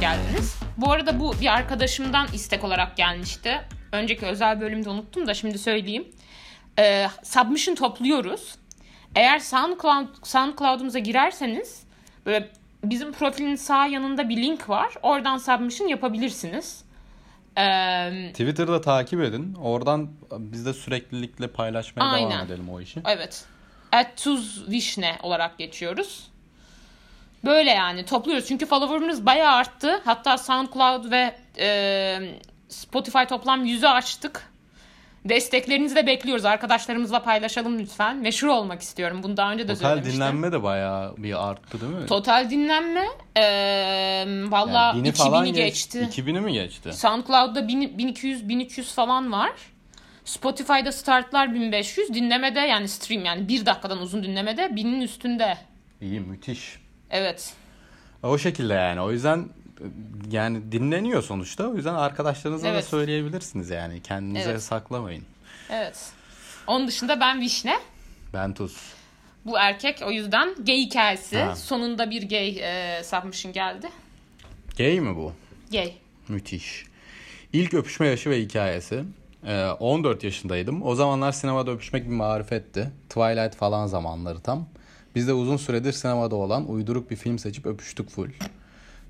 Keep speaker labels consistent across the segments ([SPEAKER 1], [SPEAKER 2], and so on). [SPEAKER 1] geldiniz. Bu arada bu bir arkadaşımdan istek olarak gelmişti. Önceki özel bölümde unuttum da şimdi söyleyeyim. Ee, submission topluyoruz. Eğer SoundCloud, SoundCloud'umuza girerseniz böyle bizim profilin sağ yanında bir link var. Oradan submission yapabilirsiniz. Ee,
[SPEAKER 2] Twitter'da takip edin. Oradan biz de süreklilikle paylaşmaya
[SPEAKER 1] Aynen.
[SPEAKER 2] devam edelim o işi.
[SPEAKER 1] evet. At Tuz Vişne olarak geçiyoruz. Böyle yani topluyoruz. Çünkü follower'ımız bayağı arttı. Hatta SoundCloud ve e, Spotify toplam 100'ü açtık. Desteklerinizi de bekliyoruz. Arkadaşlarımızla paylaşalım lütfen. Meşhur olmak istiyorum. Bunu daha önce de
[SPEAKER 2] Total
[SPEAKER 1] söylemiştim.
[SPEAKER 2] dinlenme de bayağı bir arttı değil mi?
[SPEAKER 1] Total dinlenme e,
[SPEAKER 2] Yani
[SPEAKER 1] valla
[SPEAKER 2] bini
[SPEAKER 1] 2000'i
[SPEAKER 2] geç-
[SPEAKER 1] geçti.
[SPEAKER 2] 2000'i mi geçti?
[SPEAKER 1] SoundCloud'da 1000 1200 1300 falan var. Spotify'da startlar 1500, dinlemede yani stream yani bir dakikadan uzun dinlemede 1000'in üstünde.
[SPEAKER 2] İyi müthiş.
[SPEAKER 1] Evet.
[SPEAKER 2] O şekilde yani. O yüzden yani dinleniyor sonuçta. O yüzden arkadaşlarınıza
[SPEAKER 1] Evet.
[SPEAKER 2] da söyleyebilirsiniz yani. Kendinize
[SPEAKER 1] Evet.
[SPEAKER 2] saklamayın.
[SPEAKER 1] Evet. Onun dışında ben Vişne.
[SPEAKER 2] Ben tuz.
[SPEAKER 1] Bu erkek o yüzden gay hikayesi.
[SPEAKER 2] Ha.
[SPEAKER 1] Sonunda bir gay e, submission geldi.
[SPEAKER 2] Gay mi bu?
[SPEAKER 1] Gay.
[SPEAKER 2] Müthiş. İlk öpüşme yaşı ve hikayesi. Ee, 14 yaşındaydım. O zamanlar sinemada öpüşmek bir marifetti. Twilight falan zamanları tam. Biz de uzun süredir sinemada olan uyduruk bir film seçip öpüştük full.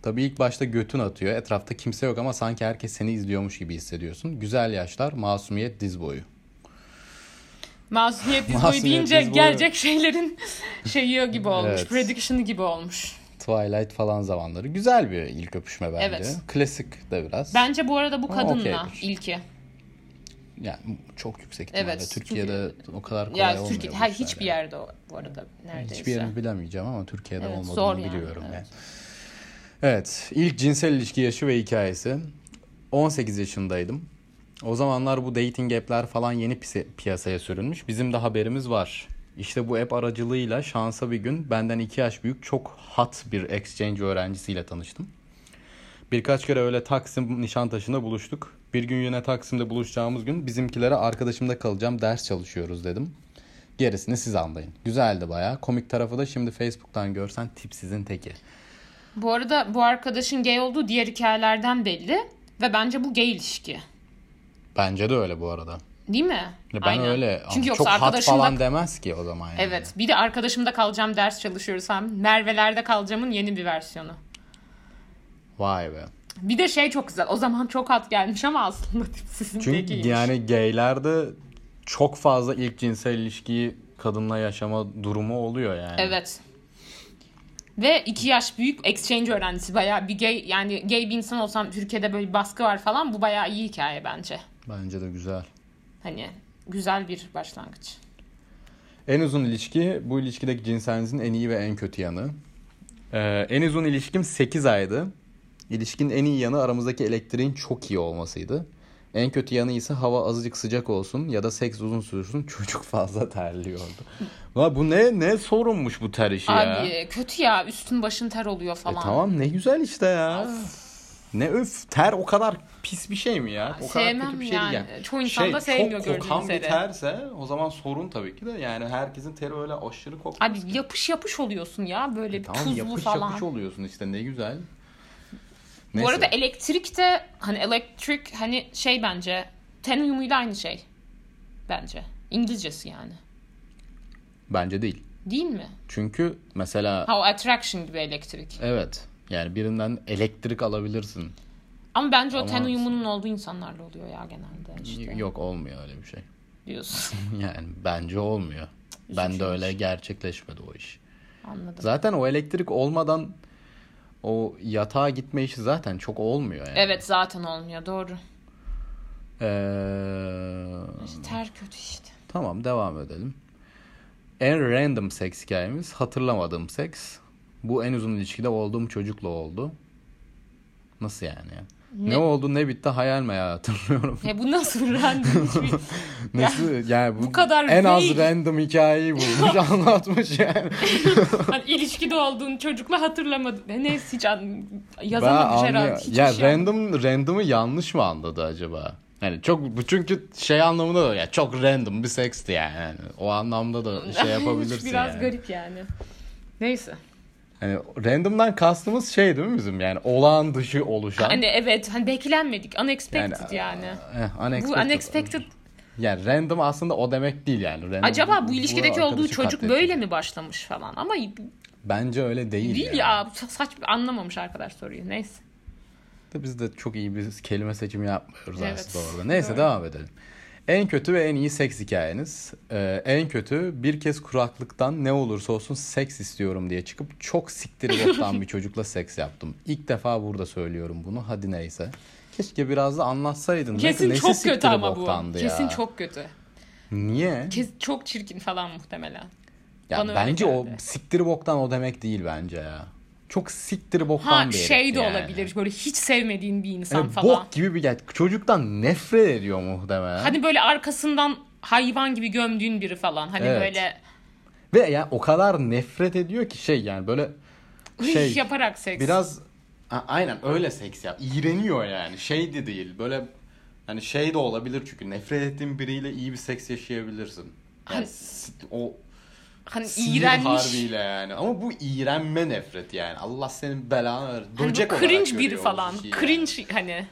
[SPEAKER 2] Tabii ilk başta götün atıyor. Etrafta kimse yok ama sanki herkes seni izliyormuş gibi hissediyorsun. Güzel yaşlar, masumiyet diz boyu.
[SPEAKER 1] Masumiyet Dizboyu
[SPEAKER 2] Masumiyet
[SPEAKER 1] deyince
[SPEAKER 2] Dizboyu.
[SPEAKER 1] gelecek şeylerin şeyi gibi olmuş.
[SPEAKER 2] Evet.
[SPEAKER 1] Prediction'ı gibi olmuş.
[SPEAKER 2] Twilight falan zamanları. Güzel bir ilk öpüşme bence.
[SPEAKER 1] Evet.
[SPEAKER 2] Klasik de biraz.
[SPEAKER 1] Bence bu arada bu
[SPEAKER 2] Ama
[SPEAKER 1] kadınla
[SPEAKER 2] okeydir.
[SPEAKER 1] ilki.
[SPEAKER 2] Yani çok yüksek ihtimalle.
[SPEAKER 1] Evet,
[SPEAKER 2] Türkiye'de o kadar kolay
[SPEAKER 1] Ya
[SPEAKER 2] olmuyor.
[SPEAKER 1] Türkiye
[SPEAKER 2] bu
[SPEAKER 1] ha,
[SPEAKER 2] işler
[SPEAKER 1] hiçbir
[SPEAKER 2] yani.
[SPEAKER 1] yerde o- bu arada neredeyse.
[SPEAKER 2] Hiçbir yerini bilemeyeceğim ama Türkiye'de
[SPEAKER 1] Evet,
[SPEAKER 2] olmadığını
[SPEAKER 1] zor yani,
[SPEAKER 2] biliyorum.
[SPEAKER 1] evet.
[SPEAKER 2] Yani. Evet, ilk cinsel ilişki yaşı ve hikayesi. 18 yaşındaydım. O zamanlar bu dating app'ler falan yeni pise- piyasaya sürülmüş. Bizim de haberimiz var. İşte bu app aracılığıyla şansa bir gün benden 2 yaş büyük çok hot bir exchange öğrencisiyle tanıştım. Birkaç kere öyle Taksim Nişantaşı'nda buluştuk. Bir gün yine Taksim'de buluşacağımız gün bizimkilere arkadaşımda kalacağım ders çalışıyoruz dedim. Gerisini siz anlayın. Güzeldi bayağı. Komik tarafı da şimdi Facebook'tan görsen tipsizin teki.
[SPEAKER 1] Bu arada bu arkadaşın gay olduğu diğer hikayelerden belli ve bence bu gay ilişki.
[SPEAKER 2] Bence de öyle bu arada.
[SPEAKER 1] Değil mi?
[SPEAKER 2] Ya Ben
[SPEAKER 1] Aynen.
[SPEAKER 2] öyle ama
[SPEAKER 1] Çünkü yoksa
[SPEAKER 2] çok hat
[SPEAKER 1] arkadaşım da-
[SPEAKER 2] falan demez ki o zaman. Yani.
[SPEAKER 1] Evet. Bir de arkadaşımda kalacağım ders çalışıyoruz hem. Merve'lerde kalacağımın yeni bir versiyonu.
[SPEAKER 2] Vay be.
[SPEAKER 1] Bir de şey çok güzel. O zaman çok hat gelmiş ama aslında tipsizin
[SPEAKER 2] Çünkü
[SPEAKER 1] tekiymiş.
[SPEAKER 2] yani geylerde çok fazla ilk cinsel ilişkiyi kadınla yaşama durumu oluyor yani.
[SPEAKER 1] Evet. Ve iki yaş büyük exchange öğrencisi. Bayağı bir gay yani gay bir insan olsam Türkiye'de böyle bir baskı var falan. Bu bayağı iyi hikaye bence.
[SPEAKER 2] Bence de güzel.
[SPEAKER 1] Hani güzel bir başlangıç.
[SPEAKER 2] En uzun ilişki bu ilişkideki cinselinizin en iyi ve en kötü yanı. Ee, en uzun ilişkim 8 aydı. İlişkinin en iyi yanı aramızdaki elektriğin çok iyi olmasıydı. En kötü yanı ise hava azıcık sıcak olsun ya da seks uzun sürsün çocuk fazla terliyordu. La bu ne ne sorunmuş bu ter işi ya? E
[SPEAKER 1] Abi kötü ya üstün başın ter oluyor falan.
[SPEAKER 2] tamam ne güzel işte ya. Ne öf ter o kadar pis bir şey mi ya? O kadar
[SPEAKER 1] Sevmem
[SPEAKER 2] kötü bir şey
[SPEAKER 1] yani.
[SPEAKER 2] değil yani.
[SPEAKER 1] Çoğu insan da sevmiyor
[SPEAKER 2] çok kokan
[SPEAKER 1] gördüğünüz
[SPEAKER 2] bir
[SPEAKER 1] üzere.
[SPEAKER 2] terse o zaman sorun tabii ki de yani herkesin teri öyle aşırı kokmuyor.
[SPEAKER 1] Abi yapış yapış oluyorsun ya böyle bir
[SPEAKER 2] E, Tamam
[SPEAKER 1] tuzlu
[SPEAKER 2] yapış
[SPEAKER 1] falan.
[SPEAKER 2] yapış oluyorsun işte ne güzel.
[SPEAKER 1] Bu
[SPEAKER 2] Neyse.
[SPEAKER 1] arada e- elektrik de hani elektrik hani şey bence ten uyumuyla aynı şey bence. İngilizcesi yani.
[SPEAKER 2] Bence değil.
[SPEAKER 1] Değil mi?
[SPEAKER 2] Çünkü mesela
[SPEAKER 1] Ha o attraction gibi elektrik.
[SPEAKER 2] evet yani birinden elektrik alabilirsin.
[SPEAKER 1] Ama bence o ten
[SPEAKER 2] Ama-
[SPEAKER 1] uyumunun olduğu insanlarla oluyor ya genelde işte
[SPEAKER 2] Yok olmuyor öyle bir şey.
[SPEAKER 1] diyorsun.
[SPEAKER 2] Yani bence olmuyor. Ben de
[SPEAKER 1] şey.
[SPEAKER 2] öyle gerçekleşmedi o iş.
[SPEAKER 1] Anladım.
[SPEAKER 2] Zaten o elektrik olmadan o yatağa gitme işi zaten çok olmuyor yani.
[SPEAKER 1] Evet zaten olmuyor doğru.
[SPEAKER 2] Ee,
[SPEAKER 1] Ter kötü işte.
[SPEAKER 2] Tamam devam edelim. En random seks hikayemiz hatırlamadığım seks. Bu en uzun ilişkide olduğum çocukla oldu. Nasıl yani ya? Ne, oldu ne bitti hayal meyal hatırlıyorum.
[SPEAKER 1] Ya E, bu nasıl random hiçbir-
[SPEAKER 2] Nasıl yani bu,
[SPEAKER 1] bu kadar
[SPEAKER 2] en az
[SPEAKER 1] vague.
[SPEAKER 2] random hikayeyi bulmuş anlatmış yani.
[SPEAKER 1] Hani ilişkide olduğun çocukla hatırlamadım. Ne- Neyse hiç an...
[SPEAKER 2] Ben
[SPEAKER 1] yazamamış herhalde.
[SPEAKER 2] anlıyor-
[SPEAKER 1] Hiçbir
[SPEAKER 2] ya
[SPEAKER 1] şey anlamadım.
[SPEAKER 2] random random'ı yanlış mı anladı acaba? Yani çok bu çünkü şey anlamında da ya çok random bir seksti yani. Yani O anlamda da şey yapabilirsin
[SPEAKER 1] Biraz
[SPEAKER 2] yani.
[SPEAKER 1] garip yani. Neyse.
[SPEAKER 2] Yani Hani random'dan kastımız şey değil mi bizim? Yani olağan dışı oluşan.
[SPEAKER 1] Hani evet hani beklenmedik. Unexpected yani.
[SPEAKER 2] eh,
[SPEAKER 1] Bu
[SPEAKER 2] unexpected.
[SPEAKER 1] unexpected.
[SPEAKER 2] Yani random aslında o demek değil yani. Random,
[SPEAKER 1] Acaba bu ilişkideki olduğu
[SPEAKER 2] arkadaşı
[SPEAKER 1] çocuk
[SPEAKER 2] katletti.
[SPEAKER 1] böyle mi başlamış falan ama
[SPEAKER 2] Bence öyle değil.
[SPEAKER 1] değil
[SPEAKER 2] yani.
[SPEAKER 1] ya sa- saçma anlamamış arkadaş soruyu. Neyse.
[SPEAKER 2] Da Biz de çok iyi bir kelime seçimi yapmıyoruz
[SPEAKER 1] Evet,
[SPEAKER 2] aslında orada. Neyse
[SPEAKER 1] doğru.
[SPEAKER 2] devam edelim. En kötü ve en iyi seks hikayeniz. Ee, en kötü bir kez kuraklıktan ne olursa olsun seks istiyorum diye çıkıp çok siktir boktan bir çocukla seks yaptım. İlk defa burada söylüyorum bunu. Hadi neyse. Keşke biraz da anlatsaydın. Nesi-
[SPEAKER 1] Kesin
[SPEAKER 2] nesi
[SPEAKER 1] çok kötü
[SPEAKER 2] siktir
[SPEAKER 1] ama bu.
[SPEAKER 2] boktandı ya?
[SPEAKER 1] Kesin çok kötü.
[SPEAKER 2] Niye?
[SPEAKER 1] Kes, çok çirkin falan muhtemelen.
[SPEAKER 2] Ya
[SPEAKER 1] bana öyle
[SPEAKER 2] bence o
[SPEAKER 1] geldi.
[SPEAKER 2] siktir boktan o demek değil bence ya. Çok siktir boktan
[SPEAKER 1] Ha
[SPEAKER 2] bir herif
[SPEAKER 1] şey de
[SPEAKER 2] yani.
[SPEAKER 1] olabilir böyle hiç sevmediğin bir insan
[SPEAKER 2] Hani
[SPEAKER 1] falan.
[SPEAKER 2] bok gibi bir ya çocuktan nefret ediyor muhtemelen.
[SPEAKER 1] Hani böyle arkasından hayvan gibi gömdüğün biri falan. Hani
[SPEAKER 2] Evet.
[SPEAKER 1] böyle
[SPEAKER 2] Ve ya o kadar nefret ediyor ki şey yani böyle şey
[SPEAKER 1] yaparak seks.
[SPEAKER 2] biraz A- aynen öyle seks yap. İğreniyor yani. Şey de değil. Böyle hani şey de olabilir çünkü nefret ettiğin biriyle iyi bir seks yaşayabilirsin. Yani
[SPEAKER 1] Hani-
[SPEAKER 2] s- o
[SPEAKER 1] hani
[SPEAKER 2] sinir
[SPEAKER 1] iğrenmiş.
[SPEAKER 2] harbiyle yani. Ama bu iğrenme nefret yani. Allah senin belanı ver.
[SPEAKER 1] Hani
[SPEAKER 2] Böcek
[SPEAKER 1] bu
[SPEAKER 2] olarak
[SPEAKER 1] cringe biri
[SPEAKER 2] görüyor o
[SPEAKER 1] falan.
[SPEAKER 2] kişiyi yani.
[SPEAKER 1] Cringe hani.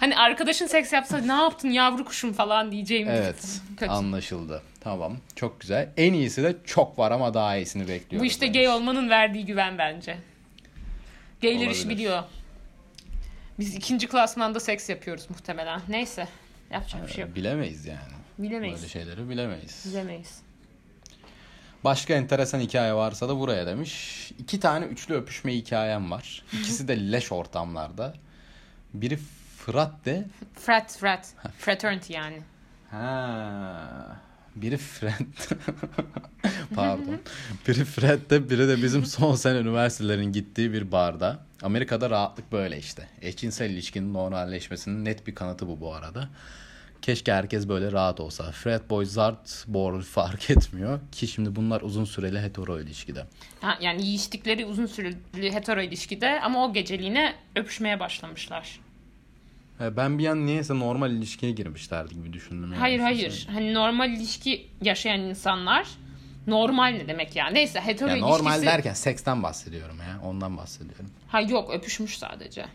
[SPEAKER 1] hani arkadaşın seks yapsa ne yaptın yavru kuşum falan diyeceğim. bir-
[SPEAKER 2] Evet
[SPEAKER 1] Kötü.
[SPEAKER 2] anlaşıldı. Tamam çok güzel. En iyisi de çok var ama daha iyisini bekliyoruz.
[SPEAKER 1] Bu işte
[SPEAKER 2] demiş.
[SPEAKER 1] gay olmanın verdiği güven bence. Gayler işi
[SPEAKER 2] Olabilir.
[SPEAKER 1] biliyor. Biz ikinci klasmanda seks yapıyoruz muhtemelen. Neyse. Yapacak bir şey yok.
[SPEAKER 2] Bilemeyiz yani.
[SPEAKER 1] Bilemeyiz.
[SPEAKER 2] Ee, Böyle şey- şeyleri bilemeyiz.
[SPEAKER 1] Bilemeyiz.
[SPEAKER 2] Başka enteresan hikaye varsa da buraya demiş. İki tane üçlü öpüşme hikayem var. İkisi de leş ortamlarda. Biri Fırat de.
[SPEAKER 1] Frat, frat. Fraternity yani.
[SPEAKER 2] Ha. Biri Fred. Pardon. Biri Fred'de biri de bizim son sene üniversitelerin gittiği bir barda. Amerika'da rahatlık böyle işte. Eşcinsel ilişkinin normalleşmesinin net bir kanıtı bu bu arada. Keşke herkes böyle rahat olsa. Fred boy zart bor fark etmiyor ki şimdi bunlar uzun süreli hetero ilişkide.
[SPEAKER 1] Ha, yani yiyiştikleri uzun süreli hetero ilişkide ama o geceliğine öpüşmeye başlamışlar.
[SPEAKER 2] E, Ben bir an niyeyse normal ilişkiye girmişlerdi gibi düşündüm. yani.
[SPEAKER 1] Hayır hayır. Hani normal ilişki yaşayan insanlar normal ne demek ya? Neyse hetero
[SPEAKER 2] Ya
[SPEAKER 1] ilişkisi...
[SPEAKER 2] normal derken seksten bahsediyorum ya. Ondan bahsediyorum.
[SPEAKER 1] Ha yok öpüşmüş sadece.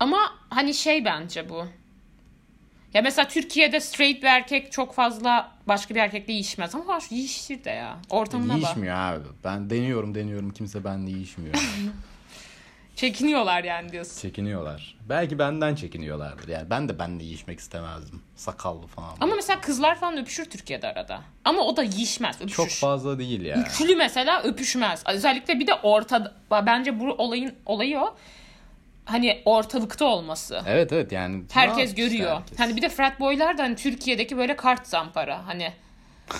[SPEAKER 1] Ama hani şey bence bu. Ya mesela Türkiye'de straight bir erkek çok fazla başka bir erkekle yiyişmez ama şu yiyişir de ya. Ortamına bak.
[SPEAKER 2] Yiyişmiyor abi. Ben deniyorum deniyorum kimse bende yiyişmiyor.
[SPEAKER 1] Çekiniyorlar yani diyorsun.
[SPEAKER 2] Çekiniyorlar. Belki benden çekiniyorlardır. Yani ben de bende yiyişmek istemezdim. Sakallı falan.
[SPEAKER 1] Ama mesela kızlar falan öpüşür Türkiye'de arada. Ama o da yiyişmez, öpüşür.
[SPEAKER 2] Çok fazla değil ya.
[SPEAKER 1] Üçlü mesela öpüşmez. Özellikle bir de ortada. Bence bu olayın olayı o. Hani ortalıkta olması.
[SPEAKER 2] Evet evet yani.
[SPEAKER 1] Herkes
[SPEAKER 2] rahat işte
[SPEAKER 1] görüyor.
[SPEAKER 2] herkes.
[SPEAKER 1] Hani bir de frat boylar da hani Türkiye'deki böyle kart zampara. Hani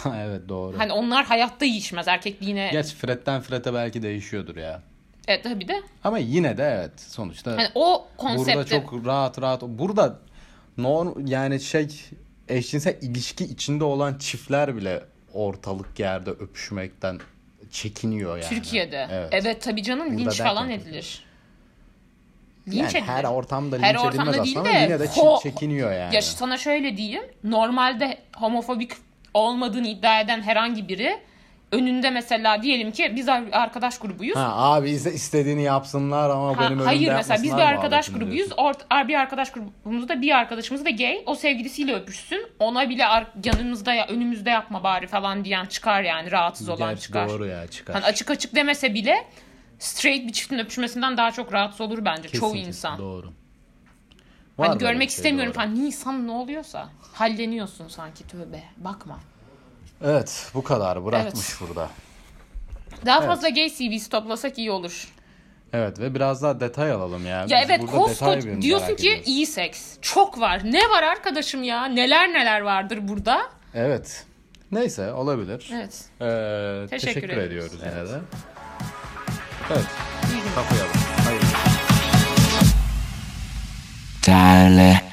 [SPEAKER 2] evet doğru.
[SPEAKER 1] hani onlar hayatta yiyişmez. Erkekliğine
[SPEAKER 2] Geç Fred'den Fred'e belki değişiyordur ya.
[SPEAKER 1] evet tabii de.
[SPEAKER 2] Ama yine de evet sonuçta.
[SPEAKER 1] Hani o
[SPEAKER 2] Burada
[SPEAKER 1] konsepte
[SPEAKER 2] çok rahat rahat. Burada norm yani şey eşcinsel ilişki içinde olan çiftler bile ortalık yerde öpüşmekten çekiniyor yani.
[SPEAKER 1] Türkiye'de. Evet.
[SPEAKER 2] Evet.
[SPEAKER 1] tabii canım
[SPEAKER 2] Burada
[SPEAKER 1] linç
[SPEAKER 2] derken
[SPEAKER 1] falan
[SPEAKER 2] tabii.
[SPEAKER 1] edilir. Linç
[SPEAKER 2] Yani
[SPEAKER 1] edilir.
[SPEAKER 2] her ortamda
[SPEAKER 1] Her
[SPEAKER 2] linç
[SPEAKER 1] ortamda
[SPEAKER 2] edilmez
[SPEAKER 1] değil
[SPEAKER 2] aslında
[SPEAKER 1] de
[SPEAKER 2] ama yine de çi-
[SPEAKER 1] ho-
[SPEAKER 2] çekiniyor yani.
[SPEAKER 1] Ya sana şöyle diyeyim. Normalde homofobik olmadığını iddia eden herhangi biri önünde mesela diyelim ki biz ar- arkadaş grubuyuz.
[SPEAKER 2] Ha abi ise istediğini yapsınlar ama
[SPEAKER 1] Ha,
[SPEAKER 2] benim önümde
[SPEAKER 1] hayır mesela biz
[SPEAKER 2] yapmasınlar
[SPEAKER 1] bir arkadaş
[SPEAKER 2] muhabbetini
[SPEAKER 1] grubuyuz.
[SPEAKER 2] diyorsun.
[SPEAKER 1] Ort ar- bir arkadaş grubumuzda bir arkadaşımız da gay. O sevgilisiyle öpüşsün. Ona bile ar- yanımızda ya önümüzde yapma bari falan diyen çıkar yani rahatsız olan
[SPEAKER 2] Gerçi
[SPEAKER 1] çıkar.
[SPEAKER 2] Doğru ya çıkar.
[SPEAKER 1] Hani açık açık demese bile straight bir çiftin öpüşmesinden daha çok rahatsız olur bence
[SPEAKER 2] Kesin,
[SPEAKER 1] çoğu
[SPEAKER 2] kesin,
[SPEAKER 1] insan.
[SPEAKER 2] Doğru. Var
[SPEAKER 1] Hani
[SPEAKER 2] böyle bir
[SPEAKER 1] görmek
[SPEAKER 2] şey,
[SPEAKER 1] istemiyorum
[SPEAKER 2] doğru.
[SPEAKER 1] falan. Nisan ne oluyorsa halleniyorsun sanki tövbe. Bakma.
[SPEAKER 2] Evet bu kadar bırakmış burada.
[SPEAKER 1] Daha fazla gay CV'si toplasak iyi olur.
[SPEAKER 2] Evet ve biraz daha detay alalım ya.
[SPEAKER 1] Ya
[SPEAKER 2] Hani Biz
[SPEAKER 1] evet
[SPEAKER 2] burada detay
[SPEAKER 1] koskoca
[SPEAKER 2] bölümü
[SPEAKER 1] diyorsun
[SPEAKER 2] merak
[SPEAKER 1] ki
[SPEAKER 2] ediyoruz.
[SPEAKER 1] iyi seks. Çok var. Ne var arkadaşım ya? Neler neler vardır burada.
[SPEAKER 2] Evet. Neyse olabilir.
[SPEAKER 1] Evet.
[SPEAKER 2] Ee,
[SPEAKER 1] Teşekkür
[SPEAKER 2] teşekkür,
[SPEAKER 1] ederiz.
[SPEAKER 2] ediyoruz
[SPEAKER 1] Evet.
[SPEAKER 2] yine de. Evet.
[SPEAKER 1] iyi günler.
[SPEAKER 2] Kapayalım. Hayır.
[SPEAKER 3] Dale.